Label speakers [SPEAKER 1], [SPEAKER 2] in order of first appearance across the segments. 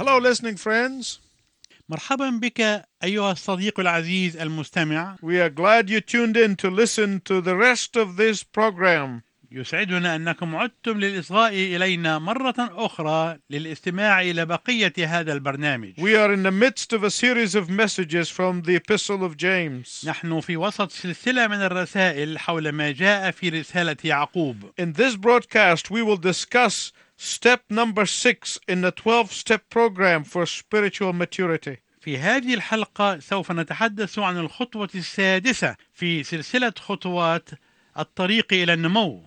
[SPEAKER 1] Hello, listening friends.
[SPEAKER 2] مرحبا بك أيها الصديق العزيز المستمع
[SPEAKER 1] We are glad you tuned in to listen to the rest of this program.
[SPEAKER 2] يسعدنا أنكم عدتم للإصغاء إلينا مرة أخرى للاستماع إلى بقية هذا البرنامج
[SPEAKER 1] We are in the midst of a series of messages from the Epistle of James.
[SPEAKER 2] نحن في وسط سلسلة من الرسائل حول ما جاء في رسالة يعقوب
[SPEAKER 1] In this broadcast, we will discuss step number six in the 12 step program for spiritual maturity.
[SPEAKER 2] في هذه الحلقة سوف نتحدث عن الخطوة السادسة في سلسلة خطوات الطريق إلى النمو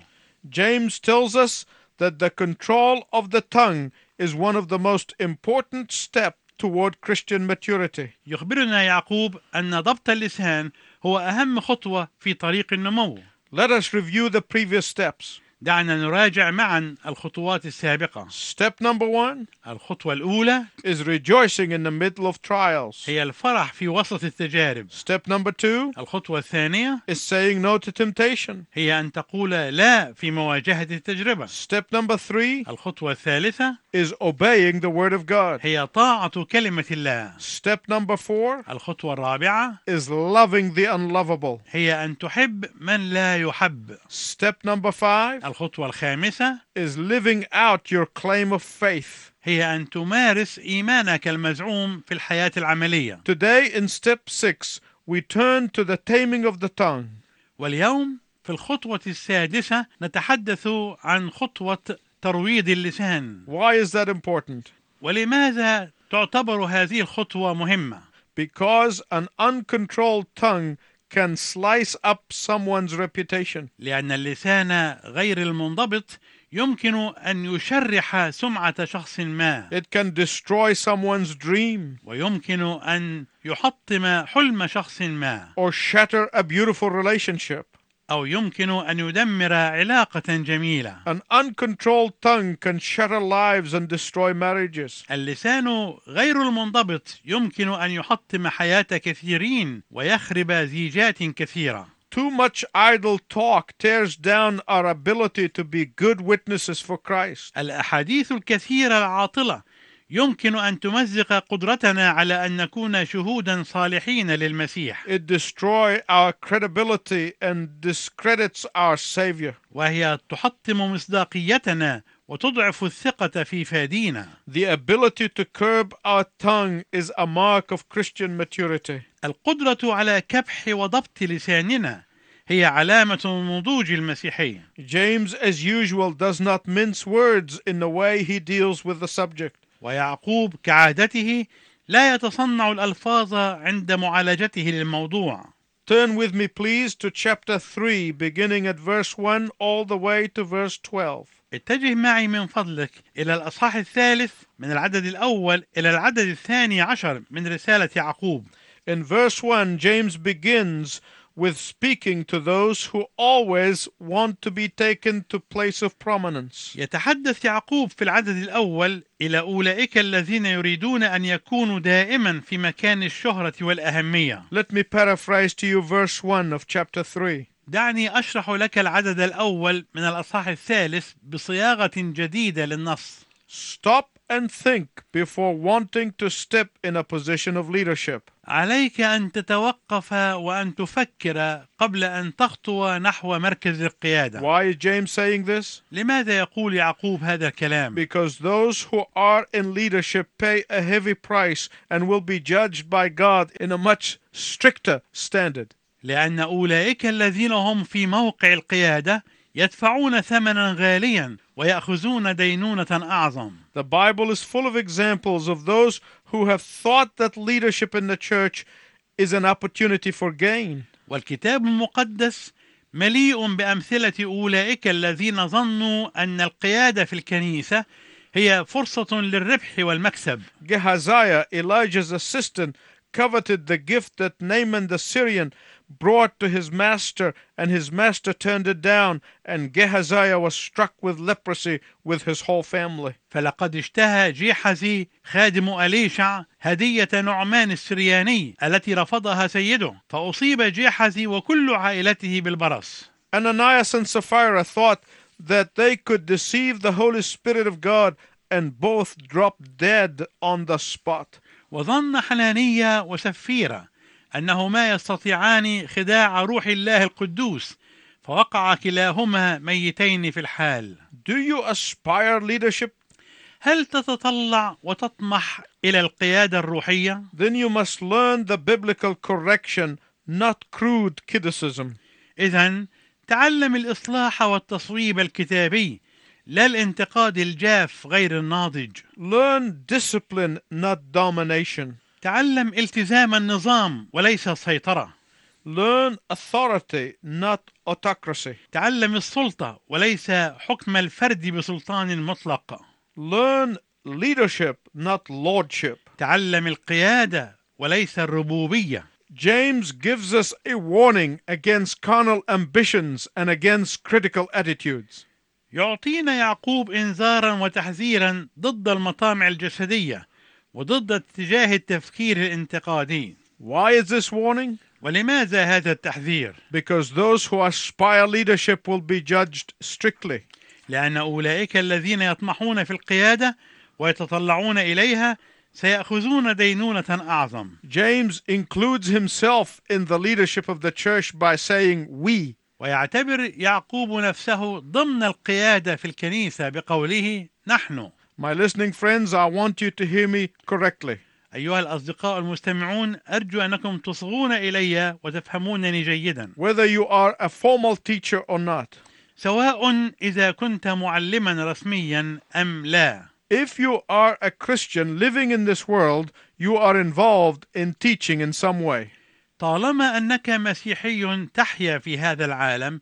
[SPEAKER 1] James tells us that the control of the tongue is one of the most important steps toward Christian maturity.
[SPEAKER 2] يخبرنا يعقوب أن ضبط اللسان هو أهم خطوة في طريق النمو
[SPEAKER 1] Let us review the previous steps.
[SPEAKER 2] دعنا نراجع معا الخطوات السابقة
[SPEAKER 1] Step number one
[SPEAKER 2] الخطوة الأولى
[SPEAKER 1] is rejoicing in the middle of trials.
[SPEAKER 2] هي الفرح في وسط التجارب
[SPEAKER 1] Step number two
[SPEAKER 2] الخطوة الثانية
[SPEAKER 1] is saying no to temptation.
[SPEAKER 2] هي أن تقول لا في مواجهة التجربة
[SPEAKER 1] Step number three
[SPEAKER 2] الخطوة الثالثة
[SPEAKER 1] is obeying the word of God.
[SPEAKER 2] هي طاعة كلمة الله
[SPEAKER 1] Step number four
[SPEAKER 2] الخطوة الرابعة
[SPEAKER 1] is loving the unlovable.
[SPEAKER 2] هي أن تحب من لا يحب
[SPEAKER 1] Step number five
[SPEAKER 2] الخطوة الخامسة
[SPEAKER 1] is living out your claim of faith.
[SPEAKER 2] هي أن تمارس إيمانك المزعوم في الحياة العملية
[SPEAKER 1] Today, in step six, we turn to the taming of the tongue.
[SPEAKER 2] واليوم في الخطوة السادسة نتحدث عن خطوة ترويض اللسان
[SPEAKER 1] Why is that important?
[SPEAKER 2] ولماذا تعتبر هذه الخطوة مهمة؟
[SPEAKER 1] Because an uncontrolled tongue can slice up someone's reputation.
[SPEAKER 2] لأن اللسان غير المنضبط يمكن أن يشرح سمعة شخص ما
[SPEAKER 1] It can destroy someone's dream
[SPEAKER 2] ويمكن أن يحطم حلم شخص ما
[SPEAKER 1] or shatter a beautiful relationship.
[SPEAKER 2] أو يمكن أن يدمر علاقة جميلة
[SPEAKER 1] An uncontrolled tongue can shatter lives and destroy marriages.
[SPEAKER 2] اللسان غير المنضبط يمكن أن يحطم حياة كثيرين ويخرب زيجات كثيرة
[SPEAKER 1] Too much idle talk tears down our ability to be good witnesses for Christ.
[SPEAKER 2] الأحاديث الكثيرة العاطلة يمكن أن تمزق قدرتنا على أن نكون شهودا صالحين للمسيح
[SPEAKER 1] It destroys our credibility and discredits our Savior.
[SPEAKER 2] وهي تحطم مصداقيتنا وتضعف الثقة في فادينا
[SPEAKER 1] The ability to curb our tongue is a mark of Christian maturity.
[SPEAKER 2] القدرة على كبح وضبط لساننا هي علامة النضوج المسيحي
[SPEAKER 1] James, as usual, does not mince words in the way he deals with the subject.
[SPEAKER 2] ويعقوب كعادته لا يتصنع الألفاظ عند معالجته للموضوع
[SPEAKER 1] Turn with me, please, to chapter 3, beginning at verse 1 all the way to verse 12.
[SPEAKER 2] اتجه معي من فضلك إلى الأصحاح الثالث من العدد الأول إلى العدد الثاني عشر من رسالة يعقوب
[SPEAKER 1] In verse 1, James begins with speaking to those who always want to be taken to place of prominence.
[SPEAKER 2] يتحدث يعقوب في العدد الأول إلى أولئك الذين يريدون أن يكونوا دائما في مكان الشهرة والأهمية
[SPEAKER 1] Let me paraphrase to you verse 1 of chapter 3.
[SPEAKER 2] دعني أشرح لك العدد الأول من الأصحاح الثالث بصياغة جديدة للنص
[SPEAKER 1] Stop and think before wanting to step in a position of leadership.
[SPEAKER 2] عليك أن تتوقف وأن تفكر قبل أن تخطو نحو مركز القيادة
[SPEAKER 1] Why is James saying this?
[SPEAKER 2] لماذا يقول يعقوب هذا الكلام؟
[SPEAKER 1] Because those who are in leadership pay a heavy price and will be judged by God in a much stricter standard.
[SPEAKER 2] لأن أولئك الذين هم في موقع القيادة يدفعون ثمنا غاليا ويأخذون دينونة أعظم
[SPEAKER 1] The Bible is full of examples of those who have thought that leadership in the church is an opportunity for gain.
[SPEAKER 2] والكتاب المقدس مليء بأمثلة أولئك الذين ظنوا أن القيادة في الكنيسة هي فرصة للربح والمكسب
[SPEAKER 1] Gehaziah, Elijah's assistant, coveted the gift that Naaman the Syrian brought to his master, and his master turned it down, and Gehaziah was struck with leprosy with his whole family.
[SPEAKER 2] فلقد اشتهى جيحزي خادم أليشع هدية نعمان السرياني التي رفضها سيده فأصيب جيحزي وكل عائلته بالبرص
[SPEAKER 1] Ananias and Sapphira thought that they could deceive the Holy Spirit of God and both dropped dead on the spot.
[SPEAKER 2] وظن حنانية وسفيرة أنهما يستطيعان خداع روح الله القدوس فوقع كلاهما ميتين في الحال
[SPEAKER 1] Do you aspire leadership?
[SPEAKER 2] هل تتطلع وتطمح إلى القيادة الروحية؟
[SPEAKER 1] Then you must learn the biblical correction, not crude criticism.
[SPEAKER 2] إذا تعلم الإصلاح والتصويب الكتابي لا الانتقاد الجاف غير الناضج
[SPEAKER 1] Learn discipline, not domination.
[SPEAKER 2] تعلم التزام النظام وليس السيطرة
[SPEAKER 1] Learn authority, not autocracy.
[SPEAKER 2] تعلم السلطة وليس حكم الفرد بسلطان مطلق
[SPEAKER 1] Learn leadership, not lordship.
[SPEAKER 2] تعلم القيادة وليس الربوبية
[SPEAKER 1] James gives us a warning against carnal ambitions and against critical attitudes.
[SPEAKER 2] يعطينا يعقوب إنذارا وتحذيرا ضد المطامع الجسدية وضد اتجاه التفكير الانتقادي
[SPEAKER 1] Why is this warning?
[SPEAKER 2] ولماذا هذا التحذير؟
[SPEAKER 1] Because those who aspire leadership will be judged strictly.
[SPEAKER 2] لأن أولئك الذين يطمحون في القيادة ويتطلعون إليها سيأخذون دينونة أعظم
[SPEAKER 1] James includes himself in the leadership of the church by saying we.
[SPEAKER 2] ويعتبر يعقوب نفسه ضمن القيادة في الكنيسة بقوله نحن
[SPEAKER 1] My listening friends, I want you to hear me correctly.
[SPEAKER 2] أيها الأصدقاء المستمعون أرجو أنكم تصغون إلي وتفهمونني جيدا
[SPEAKER 1] Whether you are a formal teacher or not,
[SPEAKER 2] سواء إذا كنت معلما رسميا أم لا
[SPEAKER 1] if you are a Christian living in this world, you are involved in teaching in some way.
[SPEAKER 2] طالما أنك مسيحي تحيا في هذا العالم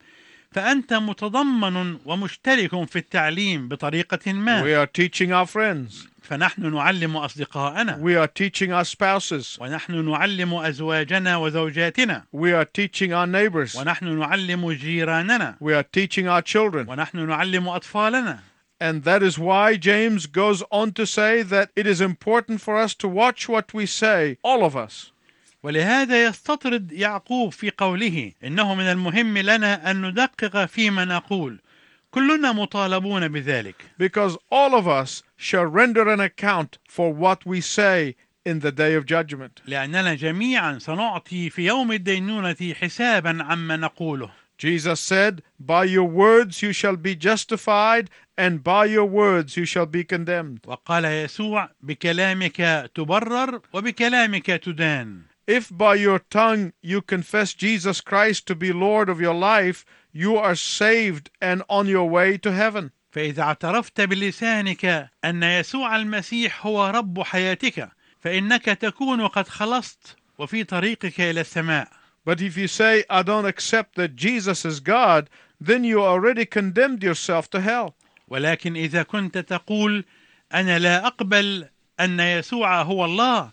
[SPEAKER 2] فأنت متضمن ومشترك في التعليم بطريقة ما
[SPEAKER 1] We are teaching our friends.
[SPEAKER 2] فنحن نعلم أصدقاءنا
[SPEAKER 1] We are teaching our spouses.
[SPEAKER 2] ونحن نعلم أزواجنا وزوجاتنا
[SPEAKER 1] We are teaching our neighbors.
[SPEAKER 2] ونحن نعلم جيراننا
[SPEAKER 1] We are teaching our children.
[SPEAKER 2] ونحن نعلم أطفالنا
[SPEAKER 1] And that is why James goes on to say that it is important for us to watch what we say, all of us.
[SPEAKER 2] ولهذا يستطرد يعقوب في قوله إنه من المهم لنا أن ندقق فيما نقول كلنا مطالبون بذلك
[SPEAKER 1] Because all of us shall render an account for what we say in the day of judgment.
[SPEAKER 2] لأننا جميعا سنعطي في يوم الدينونة حسابا عما نقوله
[SPEAKER 1] Jesus said, By your words you shall be justified, and by your words you shall be condemned.
[SPEAKER 2] وقال يسوع بكلامك تبرر وبكلامك تدان
[SPEAKER 1] If by your tongue you confess Jesus Christ to be Lord of your life, you are saved and on your way to heaven.
[SPEAKER 2] فإذا اعترفت بلسانك أن يسوع المسيح هو رب حياتك فإنك تكون قد خلصت وفي طريقك إلى السماء
[SPEAKER 1] But if you say, I don't accept that Jesus is God, then you already condemned yourself to hell.
[SPEAKER 2] ولكن إذا كنت تقول أنا لا أقبل أن يسوع هو الله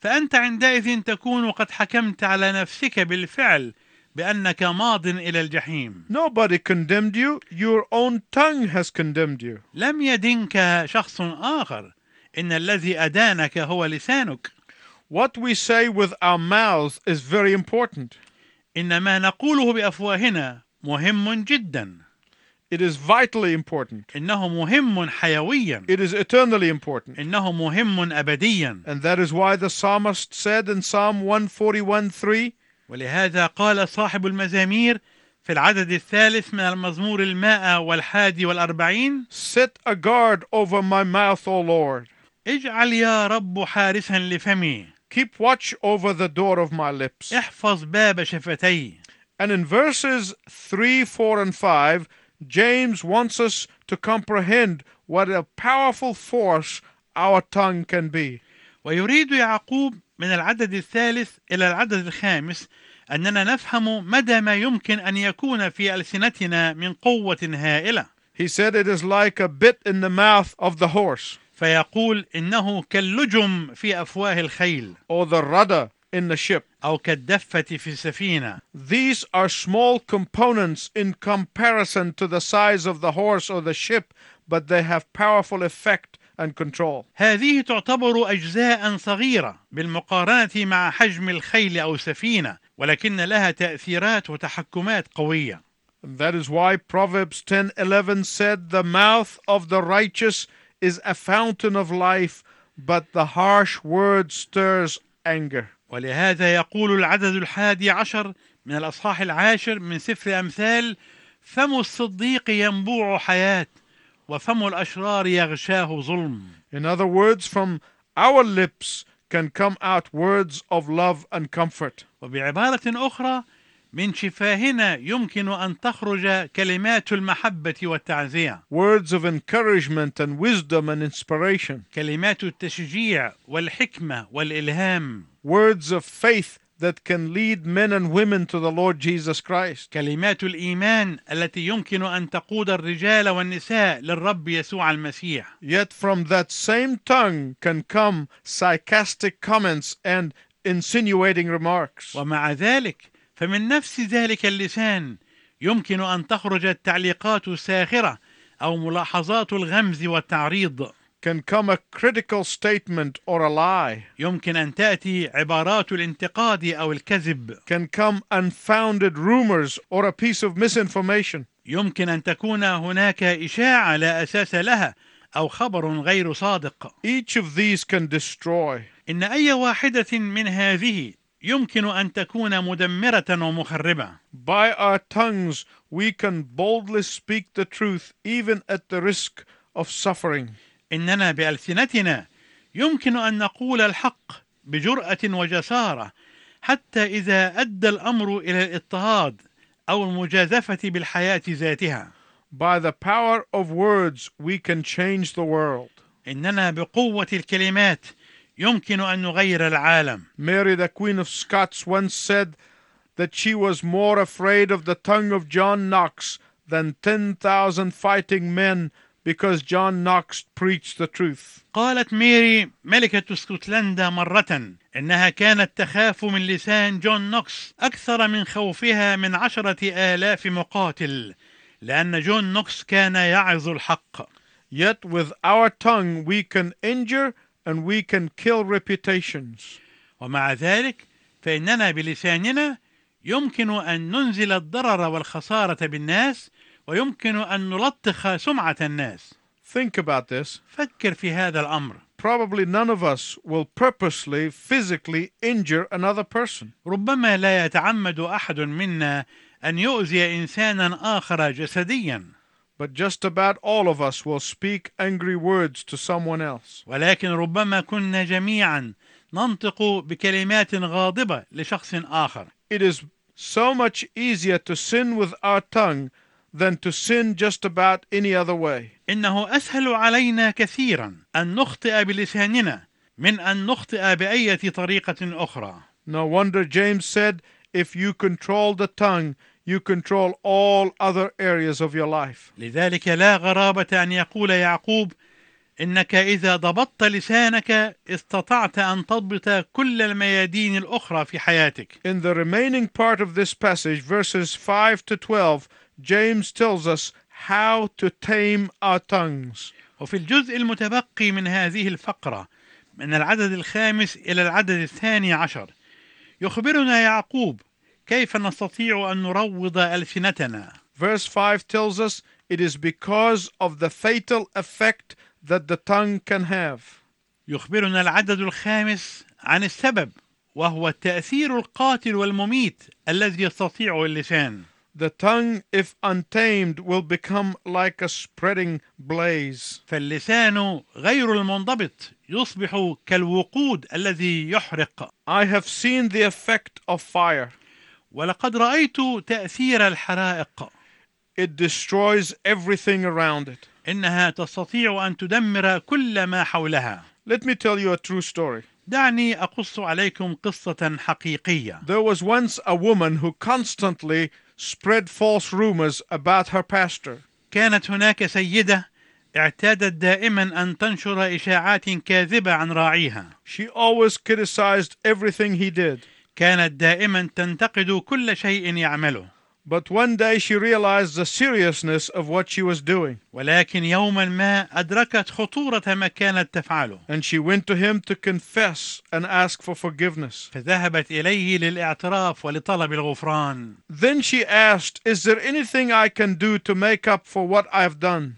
[SPEAKER 2] فأنت عندئذ تكون قد حكمت على نفسك بالفعل بأنك ماض إلى الجحيم
[SPEAKER 1] Nobody condemned you, your own tongue has condemned you.
[SPEAKER 2] لم يدنك شخص آخر إن الذي أدانك هو لسانك
[SPEAKER 1] What we say with our mouths is very important.
[SPEAKER 2] إن ما نقوله بأفواهنا مهم جدا
[SPEAKER 1] It is vitally important.
[SPEAKER 2] إنه مهم حيويا
[SPEAKER 1] It is eternally important.
[SPEAKER 2] إنه مهم أبديا
[SPEAKER 1] And that is why the psalmist said in Psalm 141 3,
[SPEAKER 2] ولهذا قال صاحب المزامير في العدد الثالث من المزمور الماء والحادي والأربعين
[SPEAKER 1] Set a guard over my mouth, O Lord.
[SPEAKER 2] اجعل يا رب حارسا لفمي
[SPEAKER 1] Keep watch over the door of my lips.
[SPEAKER 2] احفظ باب شفتي
[SPEAKER 1] And in verses 3, 4, and 5, James wants us to comprehend what a powerful force our tongue can be.
[SPEAKER 2] ويريد يعقوب من العدد الثالث إلى العدد الخامس أننا نفهم مدى ما يمكن أن يكون في ألسنتنا من قوة هائلة
[SPEAKER 1] He said it is like a bit in the mouth of the horse,
[SPEAKER 2] فيقول إنه كاللجم في أفواه الخيل
[SPEAKER 1] or the rudder in the ship.
[SPEAKER 2] أو كالدفة في السفينة
[SPEAKER 1] These are small components in comparison to the size of the horse or the ship, but they have powerful effect and control.
[SPEAKER 2] هذه تعتبر أجزاء صغيرة بالمقارنة مع حجم الخيل أو السفينة ولكن لها تأثيرات وتحكمات قوية
[SPEAKER 1] And that is why Proverbs 10:11 said the mouth of the righteous is a fountain of life, but the harsh word stirs anger.
[SPEAKER 2] ولهذا يقول العدد الحادي عشر من الأصحاح العاشر من سفر أمثال فم الصديق ينبوع حياة وفم الأشرار يغشاه ظلم
[SPEAKER 1] In other words, from our lips can come out words of love and comfort.
[SPEAKER 2] وبعبارة أخرى من شفاهنا يمكن أن تخرج كلمات المحبة والتعزية
[SPEAKER 1] words of encouragement and wisdom and inspiration,
[SPEAKER 2] كلمات التشجيع والحكمة والإلهام
[SPEAKER 1] words of faith that can lead men and women to the Lord Jesus Christ,
[SPEAKER 2] كلمات الإيمان التي يمكن أن تقود الرجال والنساء للرب يسوع المسيح
[SPEAKER 1] yet from that same tongue can come sarcastic comments and insinuating remarks.
[SPEAKER 2] ومع ذلك فمن نفس ذلك اللسان يمكن أن تخرج التعليقات الساخرة أو ملاحظات الغمز والتعريض
[SPEAKER 1] Can come a critical statement or a lie,
[SPEAKER 2] يمكن أن تأتي عبارات الانتقاد أو الكذب
[SPEAKER 1] can come unfounded rumors or a piece of misinformation.
[SPEAKER 2] يمكن أن تكون هناك إشاعة لا أساس لها أو خبر غير صادق
[SPEAKER 1] Each of these can destroy.
[SPEAKER 2] إن أي واحدة من هذه يمكن أن تكون مدمرة ومخربة
[SPEAKER 1] By our tongues, we can boldly speak the truth, even at the risk of suffering.
[SPEAKER 2] إننا بألسنتنا يمكن أن نقول الحق بجرأة وجسارة حتى إذا أدى الأمر إلى الاضطهاد أو المجازفة بالحياة ذاتها
[SPEAKER 1] By the power of words, we can change the world.
[SPEAKER 2] إننا بقوة الكلمات يمكن أن نغير العالم
[SPEAKER 1] Mary, the Queen of Scots, once said that she was more afraid of the tongue of John Knox than 10,000 fighting men because John Knox preached the truth.
[SPEAKER 2] قالت ميري ملكة اسكتلندا مرة إنها كانت تخاف من لسان جون نوكس أكثر من خوفها من عشرة آلاف مقاتل لأن جون نوكس كان يعظ الحق
[SPEAKER 1] Yet, with our tongue, we can injure and we can kill reputations.
[SPEAKER 2] ومع ذلك فإننا بلساننا يمكن أن ننزل الضرر والخسارة بالناس ويمكن أن نلطخ سمعة الناس
[SPEAKER 1] Think about this.
[SPEAKER 2] فكر في هذا الأمر
[SPEAKER 1] probably none of us will purposely physically injure another person.
[SPEAKER 2] ربما لا يتعمد أحد منا أن يؤذي إنسانا آخر جسديا
[SPEAKER 1] But just about all of us will speak angry words to someone else.
[SPEAKER 2] ولكن ربما كنا جميعا ننطق بكلمات غاضبة لشخص آخر
[SPEAKER 1] It is so much easier to sin with our tongue than to sin just about any other way.
[SPEAKER 2] إنه أسهل علينا كثيرا أن نخطئ بلساننا من أن نخطئ بأية طريقة أخرى
[SPEAKER 1] No wonder James said, if you control the tongue, you control all other areas of your life.
[SPEAKER 2] لذلك لا غرابة أن يقول يعقوب إنك إذا ضبطت لسانك استطعت أن تضبط كل الميادين الأخرى في حياتك
[SPEAKER 1] In the remaining part of this passage, verses 5 to 12, James tells us how to tame our tongues.
[SPEAKER 2] وفي الجزء المتبقي من هذه الفقرة من العدد الخامس إلى العدد الثاني عشر يخبرنا يعقوب كيف نستطيع أن نروض ألسنتنا
[SPEAKER 1] Verse 5 tells us it is because of the fatal effect that the tongue can have.
[SPEAKER 2] يخبرنا العدد الخامس عن السبب وهو التأثير القاتل والمميت الذي يستطيعه اللسان
[SPEAKER 1] The tongue, if untamed, will become like a spreading blaze.
[SPEAKER 2] فاللسان غير المنضبط يصبح كالوقود الذي يحرق
[SPEAKER 1] I have seen the effect of fire.
[SPEAKER 2] ولقد رأيت تأثير الحرائق
[SPEAKER 1] It destroys everything around it.
[SPEAKER 2] إنها تستطيع أن تدمر كل ما حولها
[SPEAKER 1] Let me tell you a true story.
[SPEAKER 2] دعني أقص عليكم قصة حقيقية
[SPEAKER 1] There was once a woman who constantly spread false rumors about her pastor.
[SPEAKER 2] كانت هناك سيدة اعتادت دائما أن تنشر إشاعات كاذبة عن راعيها
[SPEAKER 1] She always criticized everything he did.
[SPEAKER 2] كانت دائما تنتقد كل شيء يعمله
[SPEAKER 1] But one day she realized the seriousness of what she was doing.
[SPEAKER 2] ولكن يوما ما أدركت خطورة ما كانت تفعله
[SPEAKER 1] And she went to him to confess and ask for forgiveness.
[SPEAKER 2] فذهبت إليه للاعتراف ولطلب الغفران
[SPEAKER 1] Then she asked, Is there anything I can do to make up for what I've done?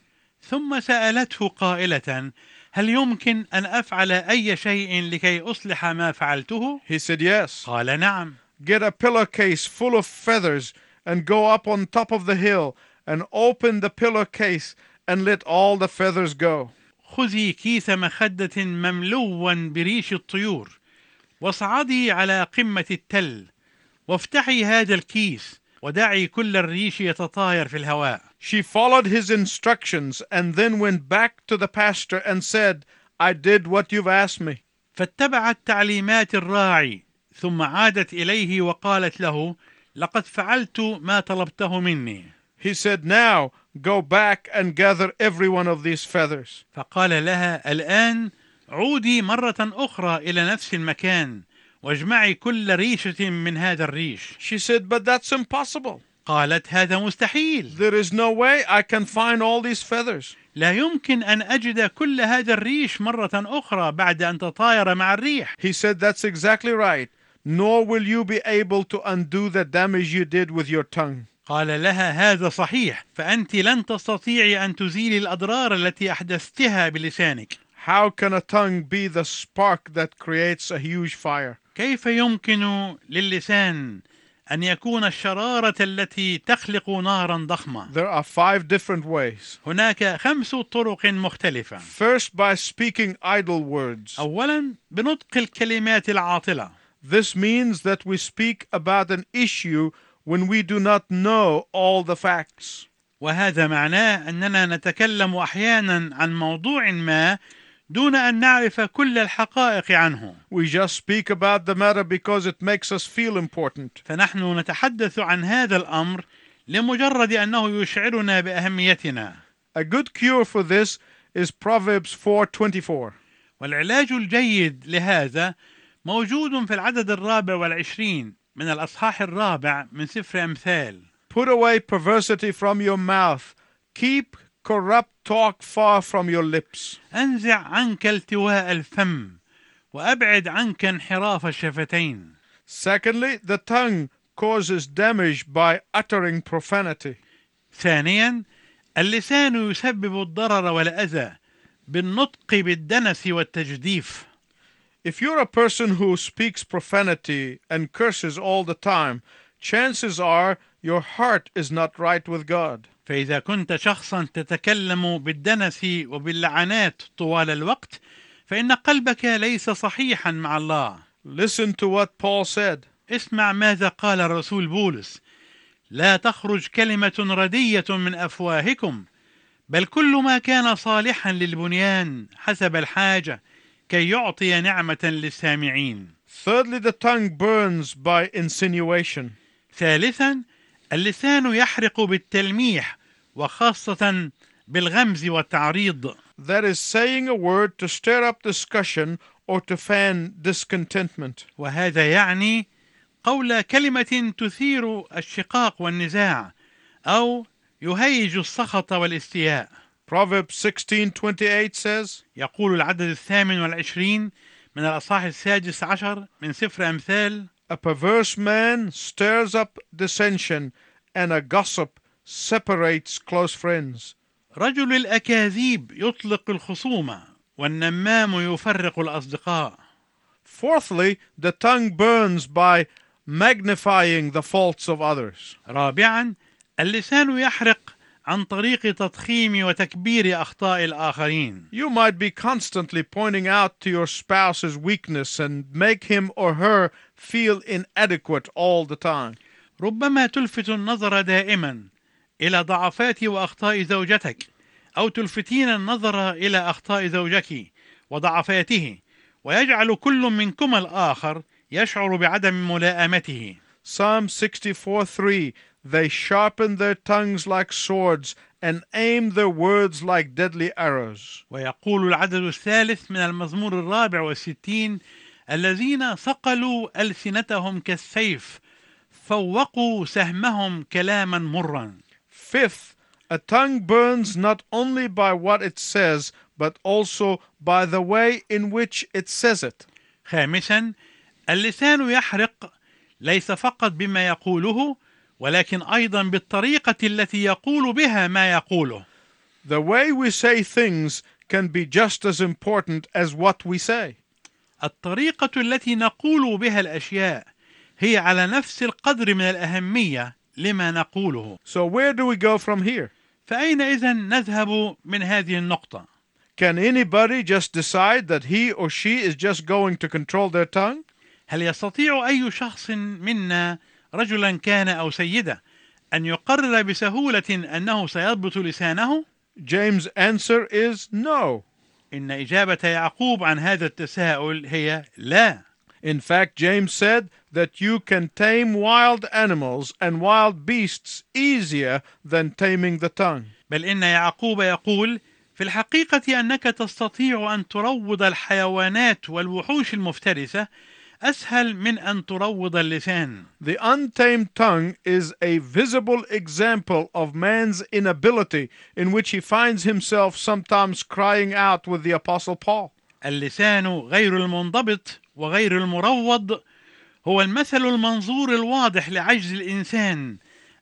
[SPEAKER 2] ثم سالته قائله هل يمكن ان افعل اي شيء لكي اصلح ما فعلته
[SPEAKER 1] He said, Yes.
[SPEAKER 2] قال نعم
[SPEAKER 1] Get a pillowcase full of feathers and go up on top of the hill and open the pillowcase and let all the feathers go.
[SPEAKER 2] خذي كيس مخدة مملوا بريش الطيور واصعدي على قمة التل وافتحي هذا الكيس ودعي كل الريش يتطاير في الهواء
[SPEAKER 1] She followed his instructions and then went back to the pasture and said, I did what you've asked me.
[SPEAKER 2] فاتبعت تعليمات الراعي ثم عادت إليه وقالت له لقد فعلت ما طلبته مني
[SPEAKER 1] He said, Now go back and gather every one of these feathers.
[SPEAKER 2] فقال لها الآن عودي مرة أخرى إلى نفس المكان واجمعي كل ريشة من هذا الريش
[SPEAKER 1] She said, But that's impossible.
[SPEAKER 2] قالت هذا مستحيل
[SPEAKER 1] There is no way I can find all these feathers.
[SPEAKER 2] لا يمكن أن أجد كل هذا الريش مرة أخرى بعد أن تطاير مع الريح
[SPEAKER 1] He said, That's exactly right. Nor will you be able to undo the damage you did with your tongue.
[SPEAKER 2] قال لها هذا صحيح فأنت لن تستطيعي أن تزيلي الأضرار التي أحدثتها بلسانك
[SPEAKER 1] How can a tongue be the spark that creates a huge fire?
[SPEAKER 2] كيف يمكن للسان أن يكون الشرارة التي تخلق نارا ضخمة
[SPEAKER 1] There are five different ways.
[SPEAKER 2] هناك خمس طرق مختلفة
[SPEAKER 1] First, by speaking idle words.
[SPEAKER 2] أولا بنطق الكلمات العاطلة
[SPEAKER 1] This means that we speak about an issue when we do not know all the facts.
[SPEAKER 2] وهذا معناه أننا نتكلم أحيانا عن موضوع ما دون أن نعرف كل الحقائق عنه
[SPEAKER 1] We just speak about the matter because it makes us feel important.
[SPEAKER 2] فنحن نتحدث عن هذا الأمر لمجرد أنه يشعرنا بأهميتنا
[SPEAKER 1] A good cure for this is Proverbs 4:24.
[SPEAKER 2] والعلاج الجيد لهذا موجود في العدد الرابع والعشرين من الأصحاح الرابع من سفر أمثال
[SPEAKER 1] Put away perversity from your mouth. Keep corrupt talk far from your lips.
[SPEAKER 2] أنزع عنك التواء الفم وأبعد عنك انحراف الشفتين
[SPEAKER 1] Secondly, the tongue causes damage by uttering profanity.
[SPEAKER 2] ثانيا اللسان يسبب الضرر والأذى بالنطق بالدنس والتجديف
[SPEAKER 1] If you're a person who speaks profanity and curses all the time, chances are your heart is not right with God.
[SPEAKER 2] فإذا كنت شخصا تتكلم بالدنس وباللعنات طوال الوقت فإن قلبك ليس صحيحا مع الله
[SPEAKER 1] Listen to what Paul said.
[SPEAKER 2] اسمع ماذا قال الرسول بولس لا تخرج كلمة ردية من أفواهكم بل كل ما كان صالحا للبنيان حسب الحاجة كي يعطي نعمة للسامعين
[SPEAKER 1] Thirdly, the tongue burns by insinuation.
[SPEAKER 2] ثالثا اللسان يحرق بالتلميح وخاصة بالغمز والتعريض
[SPEAKER 1] That is saying a word to stir up discussion or to fan discontentment.
[SPEAKER 2] وهذا يعني قول كلمة تثير الشقاق والنزاع أو يهيج السخط والاستياء
[SPEAKER 1] Proverbs 16:28 says,
[SPEAKER 2] يقول العدد الثامن والعشرين من الأصحاح السادس عشر من سفر أمثال
[SPEAKER 1] "A perverse man stirs up dissension, and a gossip separates close friends."
[SPEAKER 2] رجل الأكاذيب يطلق الخصومة والنمام يفرق الأصدقاء
[SPEAKER 1] Fourthly, the tongue burns by magnifying the faults of others.
[SPEAKER 2] رابعا اللسان يحرق عن طريق تضخيم وتكبير أخطاء الآخرين
[SPEAKER 1] You might be constantly pointing out to your spouse's weakness and make him or her feel inadequate all the time.
[SPEAKER 2] ربما تلفت النظر دائما إلى ضعفات وأخطاء زوجتك أو تلفتين النظر إلى أخطاء زوجك وضعفاته ويجعل كل منكما الآخر يشعر بعدم ملائمته
[SPEAKER 1] Psalm 64:3 They sharpen their tongues like swords and aim their words like deadly arrows.
[SPEAKER 2] ويقول العدد الثالث من المزمور الرابع والستين الذين صقلوا ألسنتهم كالسيف فوقوا سهمهم كلاما مرا
[SPEAKER 1] Fifth, a tongue burns not only by what it says but also by the way in which it says it.
[SPEAKER 2] خامسا اللسان يحرق ليس فقط بما يقوله ولكن ايضا بالطريقه التي يقول بها ما يقوله
[SPEAKER 1] The way we say things can be just as important as what we say.
[SPEAKER 2] الطريقة التي نقول بها الأشياء هي على نفس القدر من الأهمية لما نقوله
[SPEAKER 1] So, where do we go from here?
[SPEAKER 2] فأين إذا نذهب من هذه النقطة؟
[SPEAKER 1] Can anybody just decide that he or she is just going to control their tongue?
[SPEAKER 2] هل يستطيع أي شخص منا رجلا كان أو سيدة أن يقرر بسهولة أنه سيضبط لسانه؟
[SPEAKER 1] James' answer is no.
[SPEAKER 2] إن إجابة يعقوب عن هذا التساؤل هي لا
[SPEAKER 1] In fact, James said that you can tame wild animals and wild beasts easier than taming the tongue.
[SPEAKER 2] بل إن يعقوب يقول في الحقيقة أنك تستطيع أن تروض الحيوانات والوحوش المفترسة أسهل من أن تروض اللسان
[SPEAKER 1] The untamed tongue is a visible example of man's inability, in which he finds himself sometimes crying out with the Apostle Paul.
[SPEAKER 2] اللسان غير المنضبط وغير المروض هو المثل المنظور الواضح لعجز الإنسان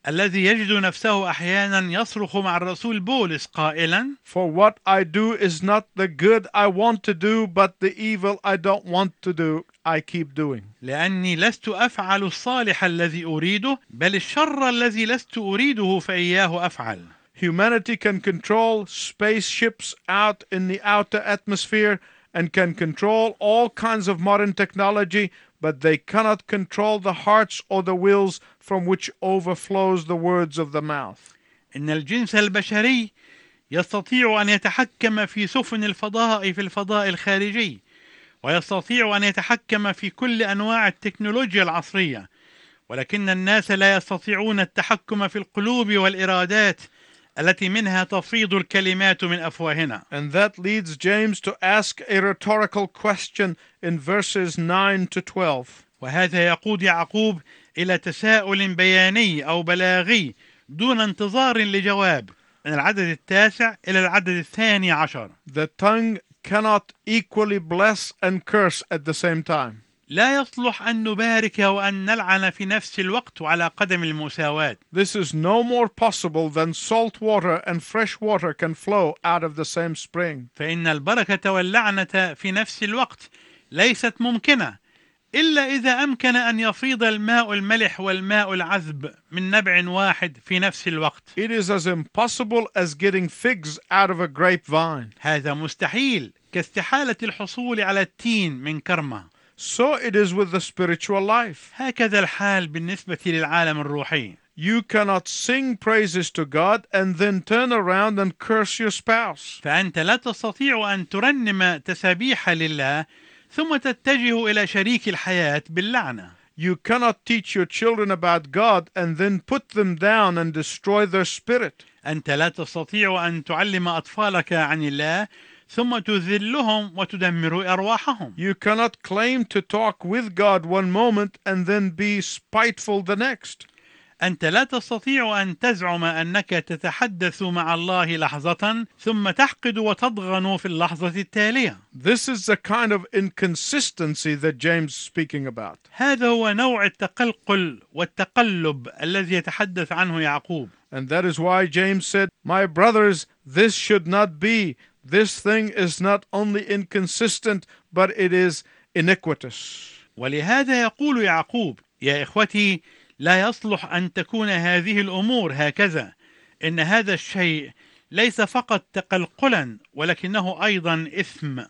[SPEAKER 2] الذي يجد نفسه أحيانا يصرخ مع الرسول بولس قائلا
[SPEAKER 1] For what I do is not the good I want to do, but the evil I don't want to do, I keep doing.
[SPEAKER 2] لأني لست أفعل الصالح الذي أريده بل الشر الذي لست أريده فإياه أفعل
[SPEAKER 1] Humanity can control spaceships out in the outer atmosphere and can control all kinds of modern technology, but they cannot control the hearts or the wills from which overflows the words of the mouth.
[SPEAKER 2] إن الجنس البشري يستطيع أن يتحكم في سفن الفضاء في الفضاء الخارجي ويستطيع أن يتحكم في كل أنواع التكنولوجيا العصرية ولكن الناس لا يستطيعون التحكم في القلوب والإرادات التي منها تفيض الكلمات من أفواهنا
[SPEAKER 1] And that leads James to ask a rhetorical question in verses 9 to 12.
[SPEAKER 2] وهذا يقود يعقوب إلى تساؤل بياني أو بلاغي دون انتظار لجواب من العدد التاسع إلى العدد الثاني عشر
[SPEAKER 1] The tongue cannot equally bless and curse at the same time.
[SPEAKER 2] لا يصلح أن نبارك وأن نلعن في نفس الوقت على قدم المساواة
[SPEAKER 1] This is no more possible than salt water and fresh water can flow out of the same spring.
[SPEAKER 2] فإن البركة واللعنة في نفس الوقت ليست ممكنة إلا إذا أمكن أن يفيض الماء الملح والماء العذب من نبع واحد في نفس الوقت
[SPEAKER 1] It is as impossible as getting figs out of a grapevine.
[SPEAKER 2] هذا مستحيل كاستحالة الحصول على التين من كرمة
[SPEAKER 1] So it is with the spiritual life.
[SPEAKER 2] هكذا الحال بالنسبة للعالم الروحي
[SPEAKER 1] You cannot sing praises to God and then turn around and curse your spouse.
[SPEAKER 2] فأنت لا تستطيع أن ترنم تسابيح لله ثم تتجه إلى شريك الحياة باللعنة
[SPEAKER 1] You cannot teach your children about God and then put them down and destroy their spirit.
[SPEAKER 2] أنت لا تستطيع أن تعلم أطفالك عن الله ثم تذلهم وتدمر أرواحهم
[SPEAKER 1] You cannot claim to talk with God one moment and then be spiteful the next.
[SPEAKER 2] أنت لا تستطيع أن تزعم أنك تتحدث مع الله لحظة ثم تحقد وتضغن في اللحظة التالية
[SPEAKER 1] This is the kind of inconsistency that James is speaking about.
[SPEAKER 2] هذا هو نوع التقلقل والتقلب الذي يتحدث عنه يعقوب
[SPEAKER 1] And that is why James said, My brothers, this should not be. This thing is not only inconsistent, but it is iniquitous.
[SPEAKER 2] ولهذا يقول يعقوب يا إخوتي لا يصلح أن تكون هذه الأمور هكذا إن هذا الشيء ليس فقط تقلقلا ولكنه أيضا إثم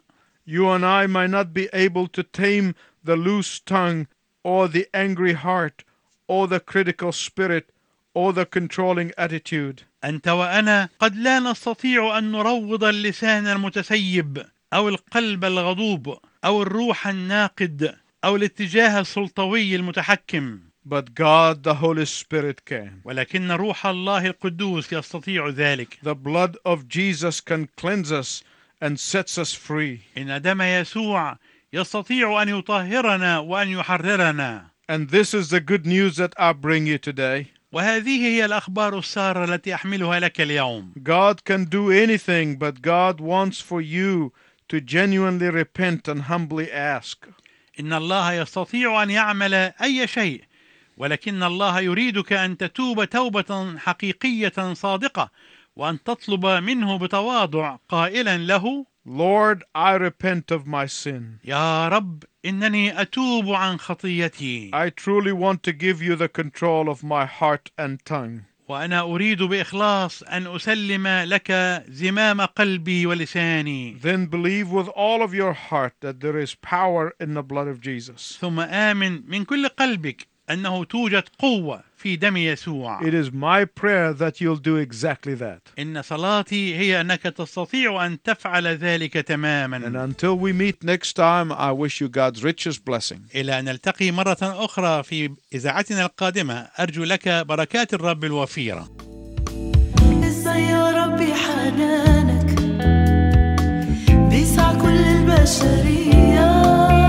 [SPEAKER 1] You and I might not be able to tame the loose tongue, or the angry heart, or the critical spirit, or the controlling attitude.
[SPEAKER 2] أنت وأنا قد لا نستطيع أن نروض اللسان المتسيب أو القلب الغضوب أو الروح الناقد أو الاتجاه السلطوي المتحكم
[SPEAKER 1] But God, the Holy Spirit, can.
[SPEAKER 2] ولكن روح الله القدوس يستطيع ذلك
[SPEAKER 1] The blood of Jesus can cleanse us and sets us free.
[SPEAKER 2] إن دم يسوع يستطيع أن يطهرنا وأن يحررنا
[SPEAKER 1] And this is the good news that I bring you today.
[SPEAKER 2] وهذه هي الأخبار السارة التي أحملها لك اليوم
[SPEAKER 1] God can do anything, but God wants for you to genuinely repent and humbly ask.
[SPEAKER 2] إن الله يستطيع أن يعمل أي شيء ولكن الله يريدك أن تتوب توبة حقيقية صادقة وأن تطلب منه بتواضع قائلا له
[SPEAKER 1] Lord, I repent of my sin.
[SPEAKER 2] يا رب إنني أتوب عن خطيتي
[SPEAKER 1] I truly want to give you the control of my heart and tongue.
[SPEAKER 2] وأنا أريد بإخلاص أن أسلم لك زمام قلبي ولساني
[SPEAKER 1] Then believe with all of your heart that there is power in the blood of Jesus.
[SPEAKER 2] ثم آمن من كل قلبك أنه توجد قوة في دم يسوع
[SPEAKER 1] It is my prayer that you'll do exactly that.
[SPEAKER 2] إن صلاتي هي أنك تستطيع أن تفعل ذلك
[SPEAKER 1] And
[SPEAKER 2] تماما
[SPEAKER 1] until we meet next time, I wish you God's richest blessing.
[SPEAKER 2] إلى أن نلتقي مرة أخرى في إذاعتنا القادمة أرجو لك بركات الرب الوفيرة
[SPEAKER 3] ازاي يا ربي حنانك بيسع كل البشرية